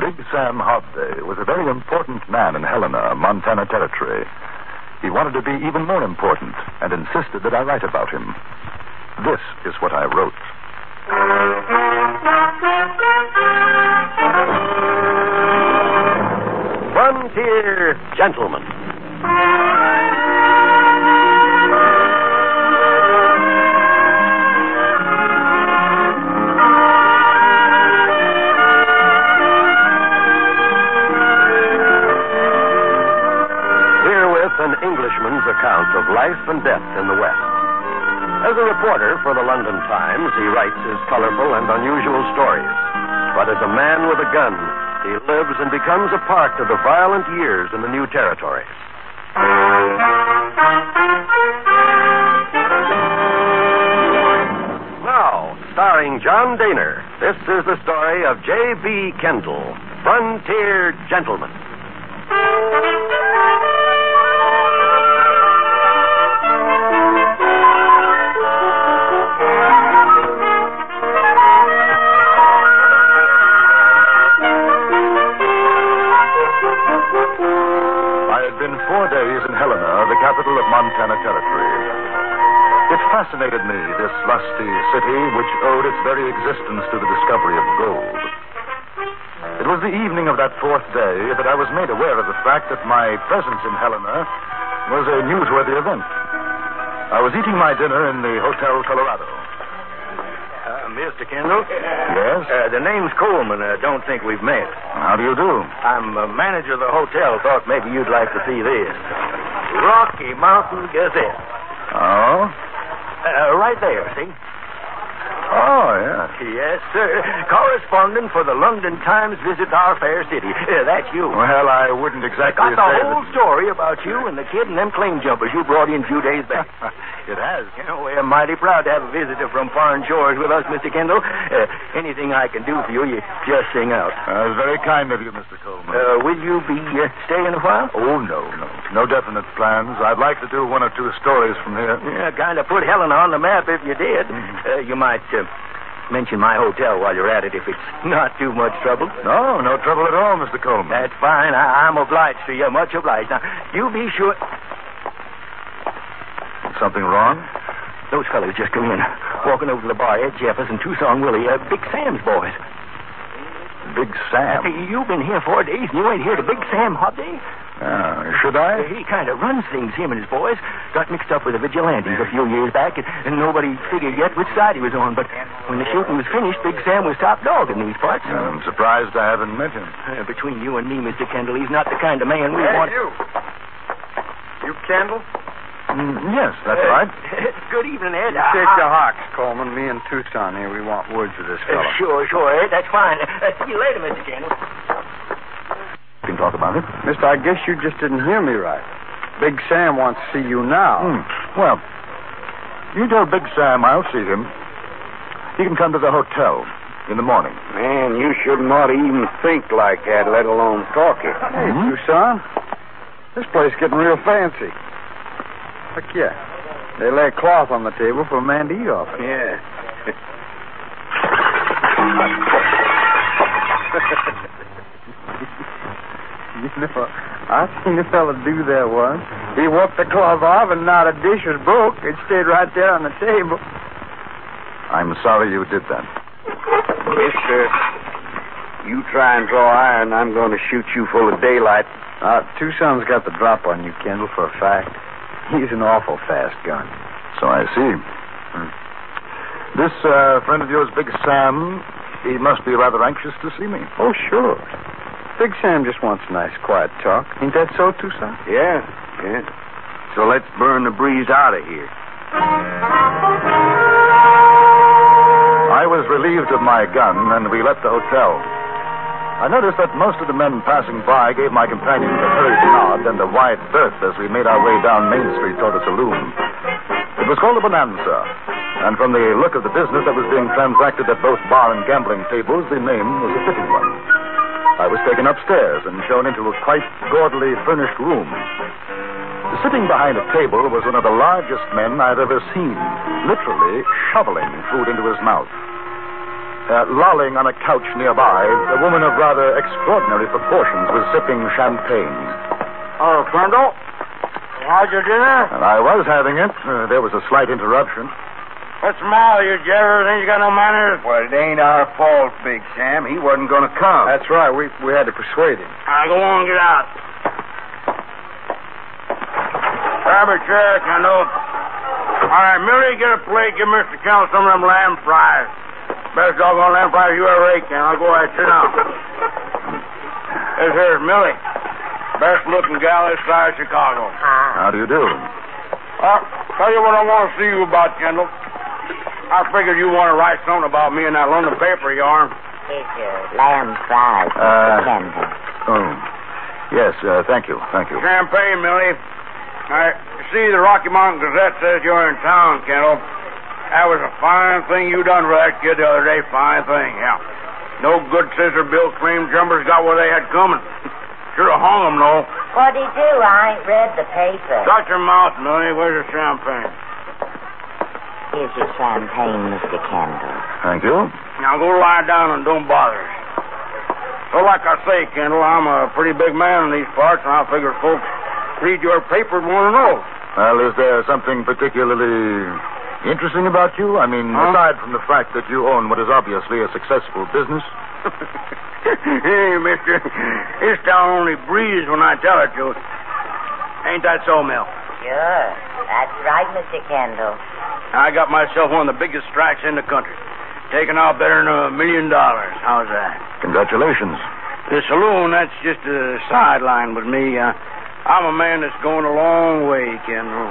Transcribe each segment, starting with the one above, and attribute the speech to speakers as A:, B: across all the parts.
A: Big Sam Hobday was a very important man in Helena, Montana Territory. He wanted to be even more important and insisted that I write about him. This is what I wrote.
B: Frontier Gentlemen. Herewith an Englishman's account of life and death in the West. As a reporter for the London Times, he writes his colorful and unusual stories. But as a man with a gun, he lives and becomes a part of the violent years in the new territories. Now, starring John Daner, this is the story of J.B. Kendall, Frontier Gentleman.
A: I had been four days in Helena, the capital of Montana Territory. It fascinated me, this lusty city which owed its very existence to the discovery of gold. It was the evening of that fourth day that I was made aware of the fact that my presence in Helena was a newsworthy event. I was eating my dinner in the Hotel Colorado.
C: Uh, Mr. Kendall?
A: Yes?
C: Uh, the name's Coleman. I don't think we've met.
A: How do you do?
C: I'm uh, manager of the hotel. Thought maybe you'd like to see this. Rocky Mountain Gazette.
A: Oh?
C: Uh, right there, see?
A: Oh, yes.
C: Yes, sir. Correspondent for the London Times visits our fair city. Uh, that's you.
A: Well, I wouldn't exactly
C: Got the
A: say
C: whole
A: that...
C: story about you and the kid and them claim jumpers you brought in a few days back. it has. You know, we're mighty proud to have a visitor from foreign shores with us, Mr. Kendall. Uh, anything I can do for you, you just sing out.
A: Uh, it's very kind of you, Mr. Coleman.
C: Uh, will you be uh, staying a while?
A: Oh, no, no. No definite plans. I'd like to do one or two stories from here.
C: Yeah, kind of put Helena on the map if you did. Uh, you might uh, mention my hotel while you're at it if it's not too much trouble.
A: No, no trouble at all, Mr. Coleman.
C: That's fine. I- I'm obliged to you. Much obliged. Now, you be sure.
A: Something wrong?
C: Those fellows just come in. Walking over to the bar, Ed Jefferson, Tucson Willie, uh, Big Sam's boys.
A: Big Sam.
C: Hey, you've been here four days and you ain't here to Big Sam Hobday?
A: Ah, should
C: Uh,
A: I?
C: He kind of runs things, him and his boys. Got mixed up with the vigilantes a few years back, and, and nobody figured yet which side he was on. But when the shooting was finished, Big Sam was top dog in these parts.
A: I'm surprised I haven't met him.
C: Uh, between you and me, Mr. Kendall, he's not the kind of man we want.
D: you. You Kendall?
A: Mm, yes, that's
C: Uh,
A: right.
C: Good evening, Ed.
D: Take
C: Uh,
D: your hawks, Coleman. Me and Tucson here. We want words with this
C: uh,
D: fellow.
C: sure, sure, Ed. That's fine. Uh, see you later, Mr. Kendall.
A: Can talk about it.
D: Mister, I guess you just didn't hear me right. Big Sam wants to see you now.
A: Hmm. Well, you tell Big Sam I'll see him. He can come to the hotel in the morning.
E: Man, you shouldn't ought to even think like that, let alone talk it.
D: Hey,
A: Hmm?
D: Tucson. This place getting real fancy. Look yeah. They lay cloth on the table for a man to eat off. of.
E: Yeah.
D: You know, I seen a fella do that once. He whooped the cloth off, and not a dish was broke. It stayed right there on the table.
A: I'm sorry you did that.
E: Yes, sir. You try and draw iron, I'm going to shoot you full of daylight.
D: Uh, Tucson's got the drop on you, Kendall, for a fact. He's an awful fast gun.
A: So I see. Hmm. This uh, friend of yours, Big Sam, he must be rather anxious to see me.
D: Oh, sure. Big Sam just wants a nice, quiet talk. Ain't that so, Tucson?
E: Yeah, yeah. So let's burn the breeze out of here.
A: I was relieved of my gun, and we left the hotel. I noticed that most of the men passing by gave my companion a hurried nod and a wide berth as we made our way down Main Street toward a saloon. It was called a Bonanza, and from the look of the business that was being transacted at both bar and gambling tables, the name was a fitting one. I was taken upstairs and shown into a quite gaudily furnished room. Sitting behind a table was one of the largest men I'd ever seen, literally shoveling food into his mouth. Uh, lolling on a couch nearby, a woman of rather extraordinary proportions was sipping champagne.
C: Oh, Kendall, how's your dinner?
A: And I was having it. Uh, there was a slight interruption.
C: What's the matter, you jeffers? Ain't you got no manners?
E: Well, it ain't our fault, Big Sam. He wasn't going to come.
A: That's right. We, we had to persuade him.
C: Now go on, get out. Grab a chair, Kendall. All right, Millie, get a plate. Give Mr. Kendall some of them lamb fries. Best doggone lamb fries you ever ate, Kendall. Go ahead, sit down. This here's Millie. Best looking gal this side of Chicago.
A: How do you do?
C: Uh, tell you what I want to see you about, Kendall. I figured you want to write something about me in that London paper yarn.
F: Lamb fries.
A: Uh,
F: Mr. Kendall.
A: Oh. Yes, uh, thank you. Thank you.
C: Champagne, Millie. I see the Rocky Mountain Gazette says you're in town, Kendall. That was a fine thing you done for that kid the other day. Fine thing, yeah. No good scissor bill cream jumpers got what they had coming. Should have hung them, though.
F: What'd he do? I ain't read the paper.
C: Shut your mouth, Millie. Where's your champagne?
F: Here's your champagne, Mr. Kendall.
A: Thank you.
C: Now go lie down and don't bother us. So, like I say, Kendall, I'm a pretty big man in these parts, and I figure folks read your paper and want to know.
A: Well, is there something particularly interesting about you? I mean,
C: Huh?
A: aside from the fact that you own what is obviously a successful business.
C: hey, mister, this town only breathes when I tell it to. Ain't that so, Mel?
F: Sure. That's right, Mr. Kendall.
C: I got myself one of the biggest strikes in the country. Taking out better than a million dollars. How's that?
A: Congratulations.
C: The saloon, that's just a sideline with me. Uh, I'm a man that's going a long way, Kendall.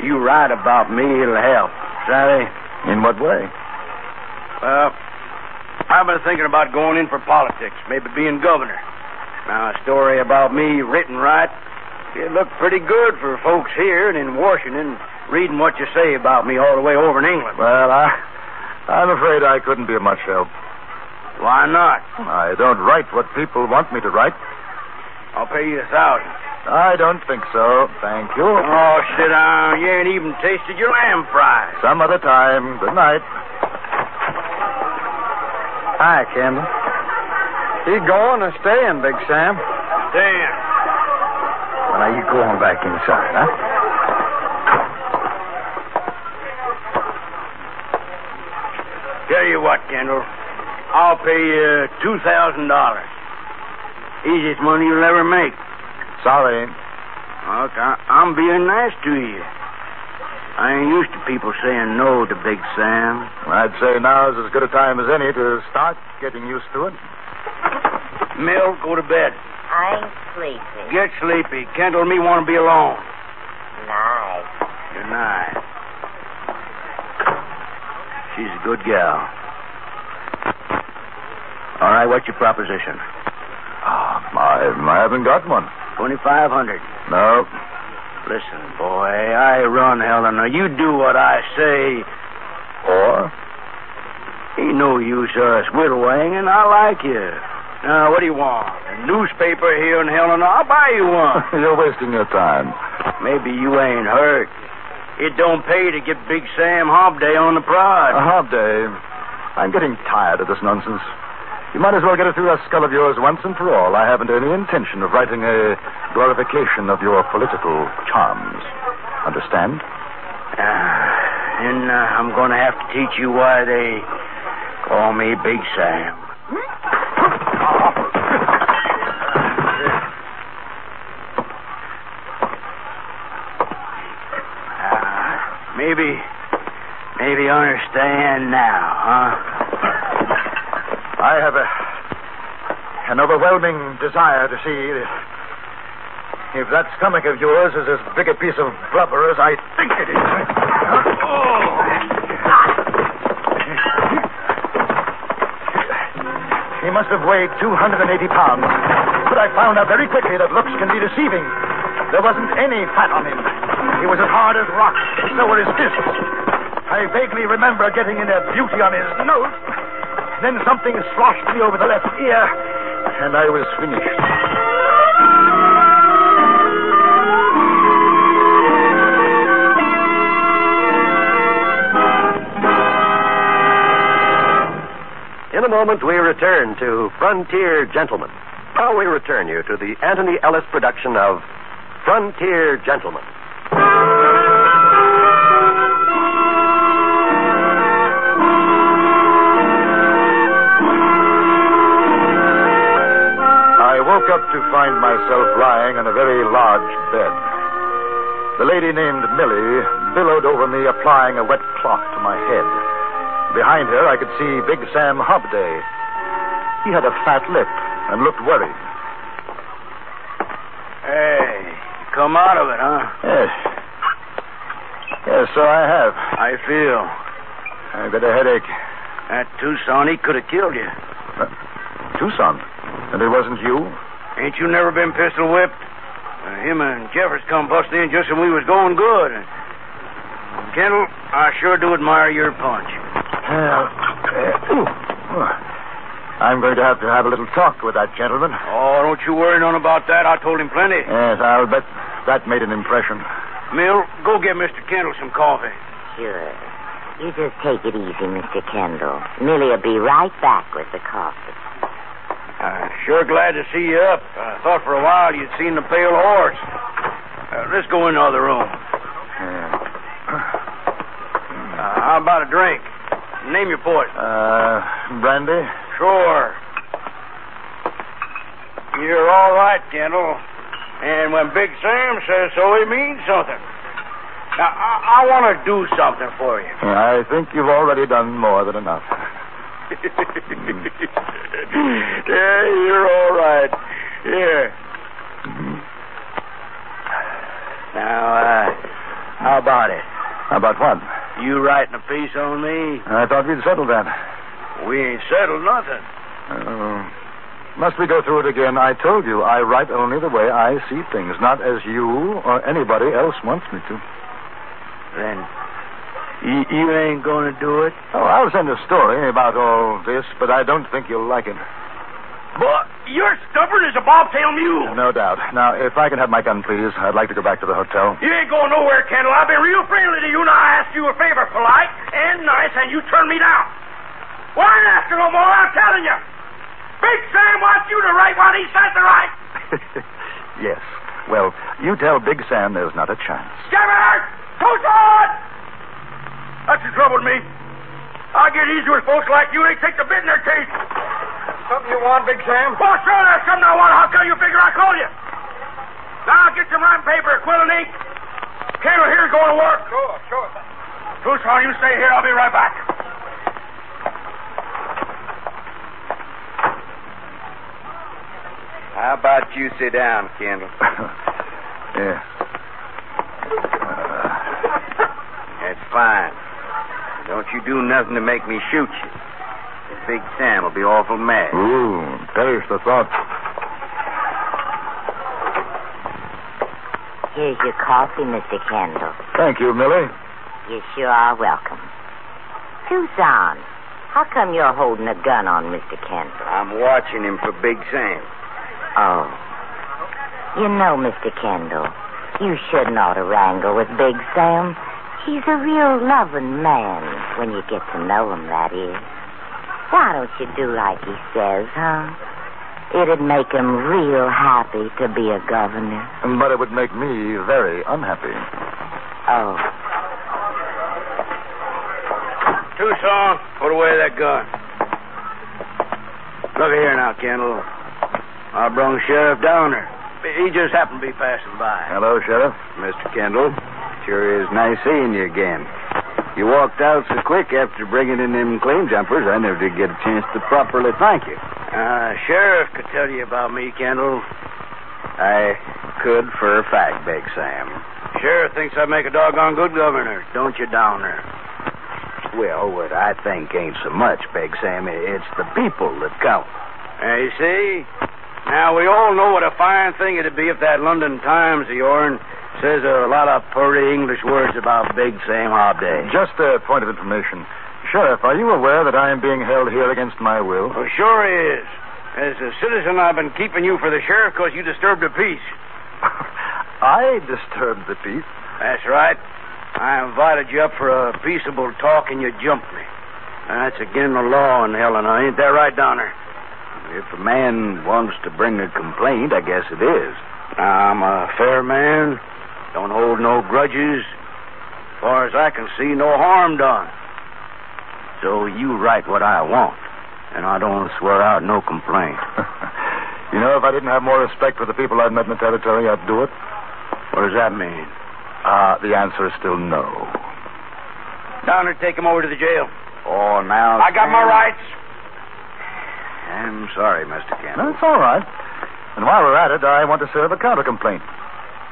C: You write about me, it'll help. Saturday?
A: In what way?
C: Well, I've been thinking about going in for politics, maybe being governor. Now, a story about me written right, it looked pretty good for folks here and in Washington reading what you say about me all the way over in England.
A: Well, I, I'm afraid I couldn't be of much help.
C: Why not?
A: I don't write what people want me to write.
C: I'll pay you a thousand.
A: I don't think so. Thank you.
C: Oh, sit down. You ain't even tasted your lamb fries.
A: Some other time. Good night.
C: Hi, Kendall.
B: He going or staying, Big Sam?
C: Dan.
B: Well, now you go on back inside, huh?
C: Tell you what, Kendall. I'll pay you two thousand dollars. Easiest money you'll ever make.
A: Sorry.
C: Look, I, I'm being nice to you. I ain't used to people saying no to Big Sam.
A: I'd say now's as good a time as any to start getting used to it.
C: Mill, go to bed.
F: I ain't sleepy.
C: Get sleepy. Kendall and me want to be alone.
F: Nice.
C: Good night. She's a good gal. All right, what's your proposition?
A: Oh, I, I haven't got one.
C: Twenty-five hundred.
A: No.
C: Listen, boy, I run Helena. You do what I say.
A: Or?
C: Ain't no use us whittling, and I like you. Now, what do you want? A newspaper here in Helena? I'll buy you one.
A: You're wasting your time.
C: Maybe you ain't hurt. It don't pay to get Big Sam Hobday on the prod.
A: A half day. I'm getting tired of this nonsense. You might as well get it through that skull of yours once and for all. I haven't any intention of writing a glorification of your political charms. Understand?
C: Ah, then uh, I'm going to have to teach you why they call me Big Sam. Ah, maybe, maybe you understand now, huh?
A: I have a an overwhelming desire to see if that stomach of yours is as big a piece of blubber as I think it is. He must have weighed 280 pounds. But I found out very quickly that looks can be deceiving. There wasn't any fat on him. He was as hard as rock. So were his fists. I vaguely remember getting in a beauty on his nose. Then something sloshed me over the left ear, and I was finished.
B: a moment, we return to Frontier Gentlemen. Now we return you to the Anthony Ellis production of Frontier Gentlemen.
A: I woke up to find myself lying on a very large bed. The lady named Millie billowed over me, applying a wet cloth to my head. Behind her, I could see Big Sam Hobday. He had a fat lip and looked worried.
C: Hey, you come out of it, huh?
A: Yes. Yes, so I have.
C: I feel.
A: I've got a headache.
C: That Tucson, he could have killed you.
A: Uh, Tucson? And it wasn't you?
C: Ain't you never been pistol whipped? Uh, him and Jeffers come busting in just when we was going good. Kendall, I sure do admire your punch.
A: Well, uh, ooh. I'm going to have to have a little talk with that gentleman.
C: Oh, don't you worry none about that. I told him plenty.
A: Yes, I'll bet that made an impression.
C: Mill, go get Mr. Kendall some coffee.
F: Sure. uh, You just take it easy, Mr. Kendall. Millie'll be right back with the coffee.
C: Uh, sure glad to see you up. I thought for a while you'd seen the pale horse. Uh, let's go in the other room. Uh, how about a drink? Name your poison.
A: Uh, Brandy?
C: Sure. You're all right, Kendall. And when Big Sam says so, he means something. Now, I, I want to do something for you.
A: I think you've already done more than enough.
C: yeah, you're all right. Here. Now, uh, how about it?
A: About what?
C: You writing a piece on me?
A: I thought we'd settled that.
C: We ain't settled nothing.
A: Uh, must we go through it again? I told you I write only the way I see things, not as you or anybody else wants me to.
C: Then you, you ain't gonna do it?
A: Oh, I'll send a story about all this, but I don't think you'll like it.
D: But you're stubborn as a bobtail mule.
A: No doubt. Now, if I can have my gun, please, I'd like to go back to the hotel.
D: You ain't going nowhere, Kendall. I've been real friendly to you, and I asked you a favor, polite and nice, and you turned me down. Why ain't asking no more? I'm telling you. Big Sam wants you to write what he says to write.
A: yes. Well, you tell Big Sam there's not a chance.
D: Jeffers! Tucson! That's the trouble with me. I get easy with folks like you. They take the bit in their teeth.
C: Something you want, Big Sam?
D: Well, sure, there's something I want. How come you figure I called you? Now, get some rhyme paper, quill and ink. Kendall here's going to work.
C: Sure, sure.
D: Tucson, you stay here. I'll be right back.
E: How about you sit down, Kendall?
A: yes.
E: That's fine. Don't you do nothing to make me shoot you. Big Sam will be awful mad.
A: Ooh, perish the thought.
F: Here's your coffee, Mr. Kendall.
A: Thank you, Millie.
F: You sure are welcome. Tucson, how come you're holding a gun on Mr. Kendall?
E: I'm watching him for Big Sam.
F: Oh. You know, Mr. Kendall, you shouldn't ought to wrangle with Big Sam. He's a real loving man when you get to know him, that is. Why don't you do like he says, huh? It'd make him real happy to be a governor.
A: But it would make me very unhappy.
F: Oh.
C: Tucson, put away that gun. Look here now, Kendall. I brung Sheriff Downer. He just happened to be passing by.
A: Hello, Sheriff.
E: Mr. Kendall, sure is nice seeing you again. You walked out so quick after bringing in them claim jumpers, I never did get a chance to properly thank you.
C: Uh, Sheriff could tell you about me, Kendall.
E: I could for a fact, Big Sam.
C: Sheriff thinks I make a doggone good governor, don't you, Downer?
E: Well, what I think ain't so much, Big Sam. It's the people that count.
C: Now, you see? Now, we all know what a fine thing it'd be if that London Times of yourn says a lot of purty English words about Big Sam Hobday.
A: Just a point of information. Sheriff, are you aware that I am being held here against my will?
C: Well, sure is. As a citizen, I've been keeping you for the sheriff because you disturbed the peace.
A: I disturbed the peace.
C: That's right. I invited you up for a peaceable talk and you jumped me.
E: That's again the law in Illinois. Ain't that right, Donner? If a man wants to bring a complaint, I guess it is. I'm a fair man. Don't hold no grudges. Far as I can see, no harm done. So you write what I want, and I don't swear out no complaint.
A: you know, if I didn't have more respect for the people I've met in the territory, I'd do it.
E: What does that mean?
A: Uh, the answer is still no.
G: Downer, take him over to the jail.
E: Oh, now.
G: I got my
E: Sam,
G: rights.
E: I'm sorry, Mr.
A: No,
E: Campbell.
A: it's all right. And while we're at it, I want to serve a counter complaint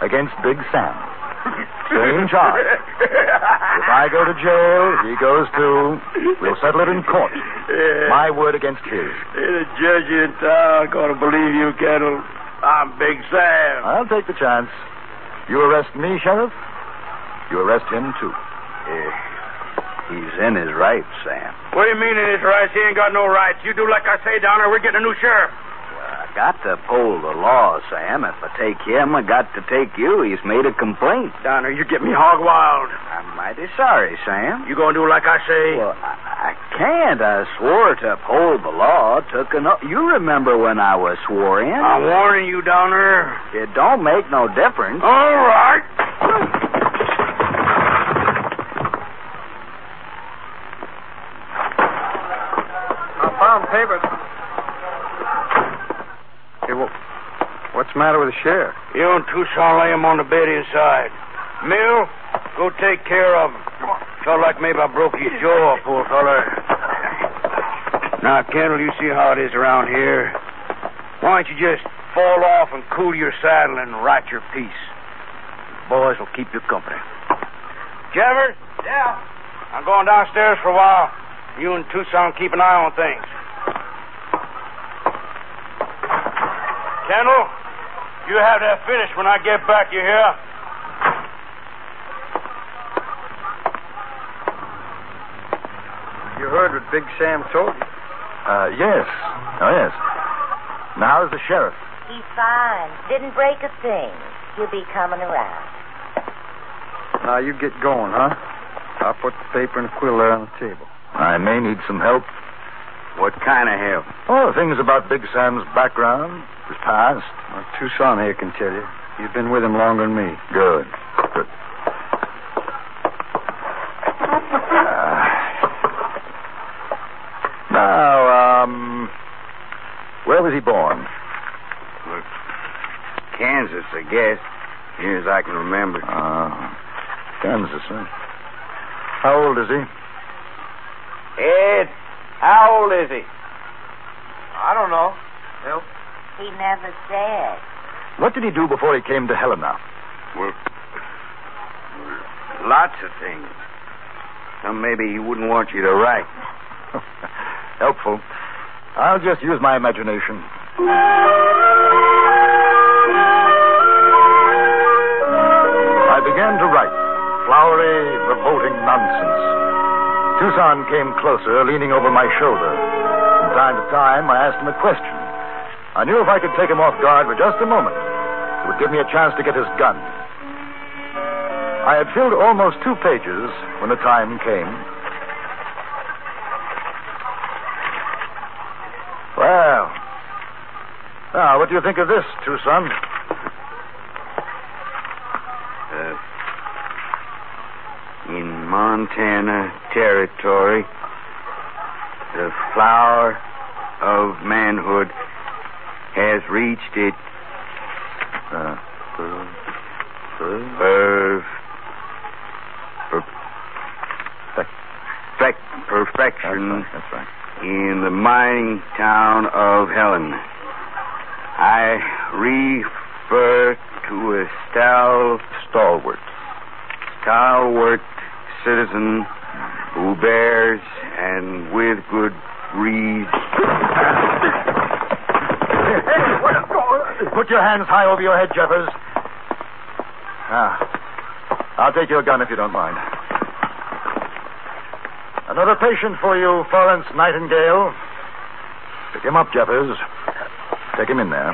A: against Big Sam. Same charge. If I go to jail, he goes too. We'll settle it in court. My word against his.
C: The judge in town gonna believe you, Kendall. I'm Big Sam.
A: I'll take the chance. You arrest me, Sheriff. You arrest him, too.
E: Eh, He's in his rights, Sam.
C: What do you mean in his rights? He ain't got no rights. You do like I say, Downer. We're getting a new sheriff.
E: I got to uphold the law, Sam. If I take him, I got to take you. He's made a complaint.
C: Downer, you get me hog wild.
E: I'm mighty sorry, Sam.
C: You gonna do like I say?
E: Well, I, I can't. I swore to uphold the law. Took an. oath. You remember when I was sworn in?
C: I'm warning you, Downer.
E: It don't make no difference.
H: Oh,
C: All right.
H: I found papers. Hey, well, what's the matter with the sheriff?
C: You and Tucson lay him on the bed inside. Mill, go take care of him. Felt like maybe I broke his jaw, poor fella. Now, Kendall, you see how it is around here. Why don't you just fall off and cool your saddle and write your piece? Boys will keep you company. Javert? Yeah? I'm going downstairs for a while. You and Tucson keep an eye on things. Kendall, you have that finished when I get back, you hear?
H: You heard what Big Sam told you.
A: Uh, yes. Oh, yes. Now is the sheriff.
F: He's fine. Didn't break a thing. He'll be coming around.
H: Now you get going, huh? I'll put the paper and quill there on the table.
A: I may need some help.
E: What kind of help?
A: Oh, things about Big Sam's background, his past.
H: Now, Tucson here can tell you. You've been with him longer than me.
A: Good. Good. Uh, now, um, where was he born?
E: Kansas, I guess. Near as I can remember.
H: Ah,
A: Uh, Kansas, huh? How old is he?
G: Ed, how old is he?
H: I don't know.
F: He never said.
A: What did he do before he came to Helena?
E: Well, lots of things. Some maybe he wouldn't want you to write.
A: Helpful. I'll just use my imagination. I began to write flowery, revolting nonsense. Tucson came closer, leaning over my shoulder. From time to time, I asked him a question. I knew if I could take him off guard for just a moment, it would give me a chance to get his gun. I had filled almost two pages when the time came. Well, now, what do you think of this, Tucson?
E: Uh, in Montana Territory, the flower of manhood has reached its
A: Uh,
E: perf- per- perfec- perfection.
A: That's right.
E: in the mining town of Helen. I refer to a stal- stalwart, stalwart citizen who bears and with good reason.
A: Put your hands high over your head, Jeffers. Ah, I'll take your gun if you don't mind. Another patient for you, Florence Nightingale. Pick him up, Jeffers. Take him in there.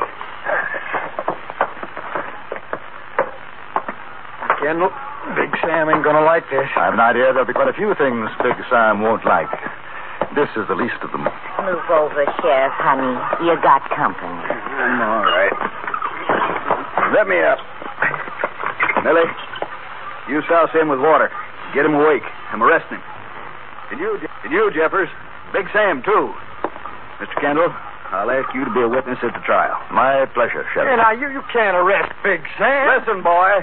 H: Kendall, Big Sam ain't gonna like this.
A: I have an idea there'll be quite a few things Big Sam won't like. This is the least of them.
F: Move over, Sheriff, honey. You got company.
I: I'm all right. Let me up. Millie, you souse him with water. Get him awake. I'm arresting him. And you, and you, Jeffers. Big Sam, too. Mr. Kendall, I'll ask you to be a witness at the trial.
A: My pleasure,
J: Hey,
A: Sheriff.
J: now, you, you can't arrest Big Sam.
I: Listen, boy.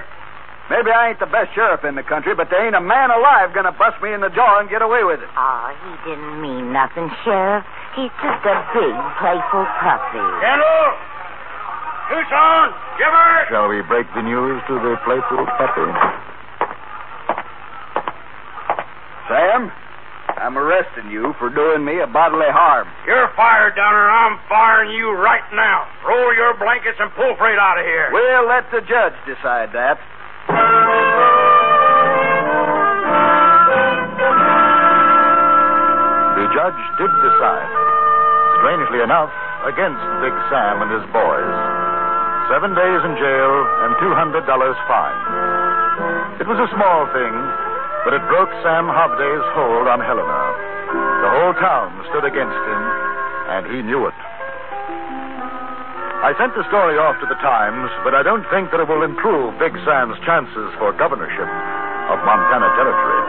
I: Maybe I ain't the best sheriff in the country, but there ain't a man alive gonna bust me in the jaw and get away with it.
F: Oh, he didn't mean nothing, Sheriff. He's just a big, playful puppy.
C: Kendall! Tucson! Giver!
A: Shall we break the news to the playful puppy?
I: Sam, I'm arresting you for doing me a bodily harm.
C: You're fired, Downer. I'm firing you right now. Roll your blankets and pull freight out of here.
I: We'll let the judge decide that.
A: The judge did decide. Strangely enough, against Big Sam and his boys. Seven days in jail and $200 fine. It was a small thing, but it broke Sam Hobday's hold on Helena. The whole town stood against him, and he knew it. I sent the story off to the Times, but I don't think that it will improve Big Sam's chances for governorship of Montana Territory.